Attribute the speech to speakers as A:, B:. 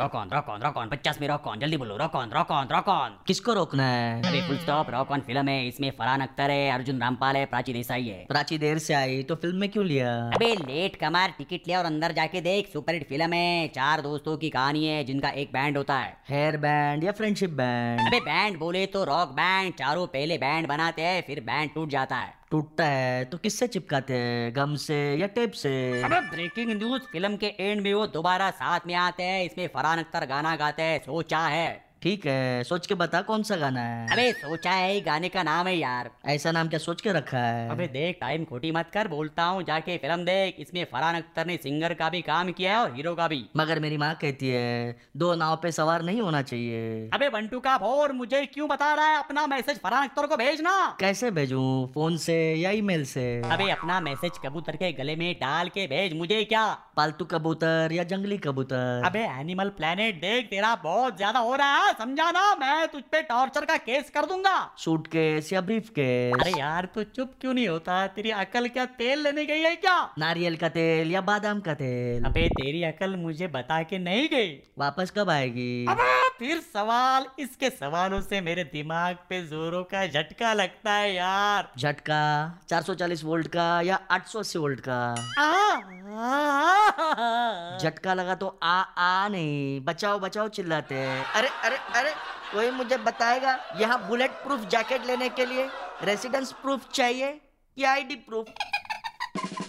A: rock on rock on rock on पचास में rock on जल्दी बोलो rock on rock on rock on
B: किसको रोकना है
A: अरे full stop rock on film है इसमें फरहान अख्तर है अर्जुन रामपाल है प्राची देसाई है
B: प्राची देर से आई तो फिल्म में क्यों लिया
A: अबे लेट कमार टिकट ले और अंदर जाके देख सुपरहिट फिल्म है चार दोस्तों की कहानी है जिनका एक बैंड होता है
B: हेयर बैंड या फ्रेंडशिप बैंड
A: अबे बैंड बोले तो रॉक बैंड चारों पहले बैंड बनाते हैं फिर बैंड टूट जाता है
B: टूटता है तो किससे चिपकाते हैं गम से या टेप से
A: अबे ब्रेकिंग न्यूज फिल्म के एंड में वो दोबारा साथ में आते हैं इसमें फरहान अख्तर गाना गाते हैं सोचा है
B: ठीक है सोच के बता कौन सा गाना है
A: अबे सोचा है ही गाने का नाम है यार
B: ऐसा नाम क्या सोच के रखा है
A: अबे देख टाइम खोटी मत कर बोलता हूँ जाके फिल्म देख इसमें फरहान अख्तर ने सिंगर का भी काम किया है और हीरो का भी
B: मगर मेरी माँ कहती है दो नाव पे सवार नहीं होना चाहिए
A: अबे बंटू का भोर मुझे क्यों बता रहा है अपना मैसेज फरहान अख्तर को भेजना
B: कैसे भेजूं फोन से या ईमेल से
A: अबे अपना मैसेज कबूतर के गले में डाल के भेज मुझे क्या
B: पालतू कबूतर या जंगली कबूतर
A: अबे एनिमल प्लेनेट देख तेरा बहुत ज्यादा हो रहा है समझा ना मैं तुझ पे टॉर्चर का केस कर दूंगा
B: सूटकेस या ब्रीफ
A: अरे यार तू चुप क्यों नहीं होता तेरी अकल क्या तेल लेने गई है क्या
B: नारियल का तेल या बादाम का तेल
A: अबे तेरी अकल मुझे बता के नहीं गई
B: वापस कब आएगी
A: अबे फिर सवाल इसके सवालों से मेरे दिमाग पे जोरों का झटका लगता है यार
B: झटका 440 वोल्ट का या 880 वोल्ट का
A: आ, आ, आ,
B: झटका लगा तो आ आ नहीं बचाओ बचाओ चिल्लाते हैं अरे अरे अरे कोई मुझे बताएगा यहाँ बुलेट प्रूफ जैकेट लेने के लिए रेसिडेंस प्रूफ चाहिए या आईडी प्रूफ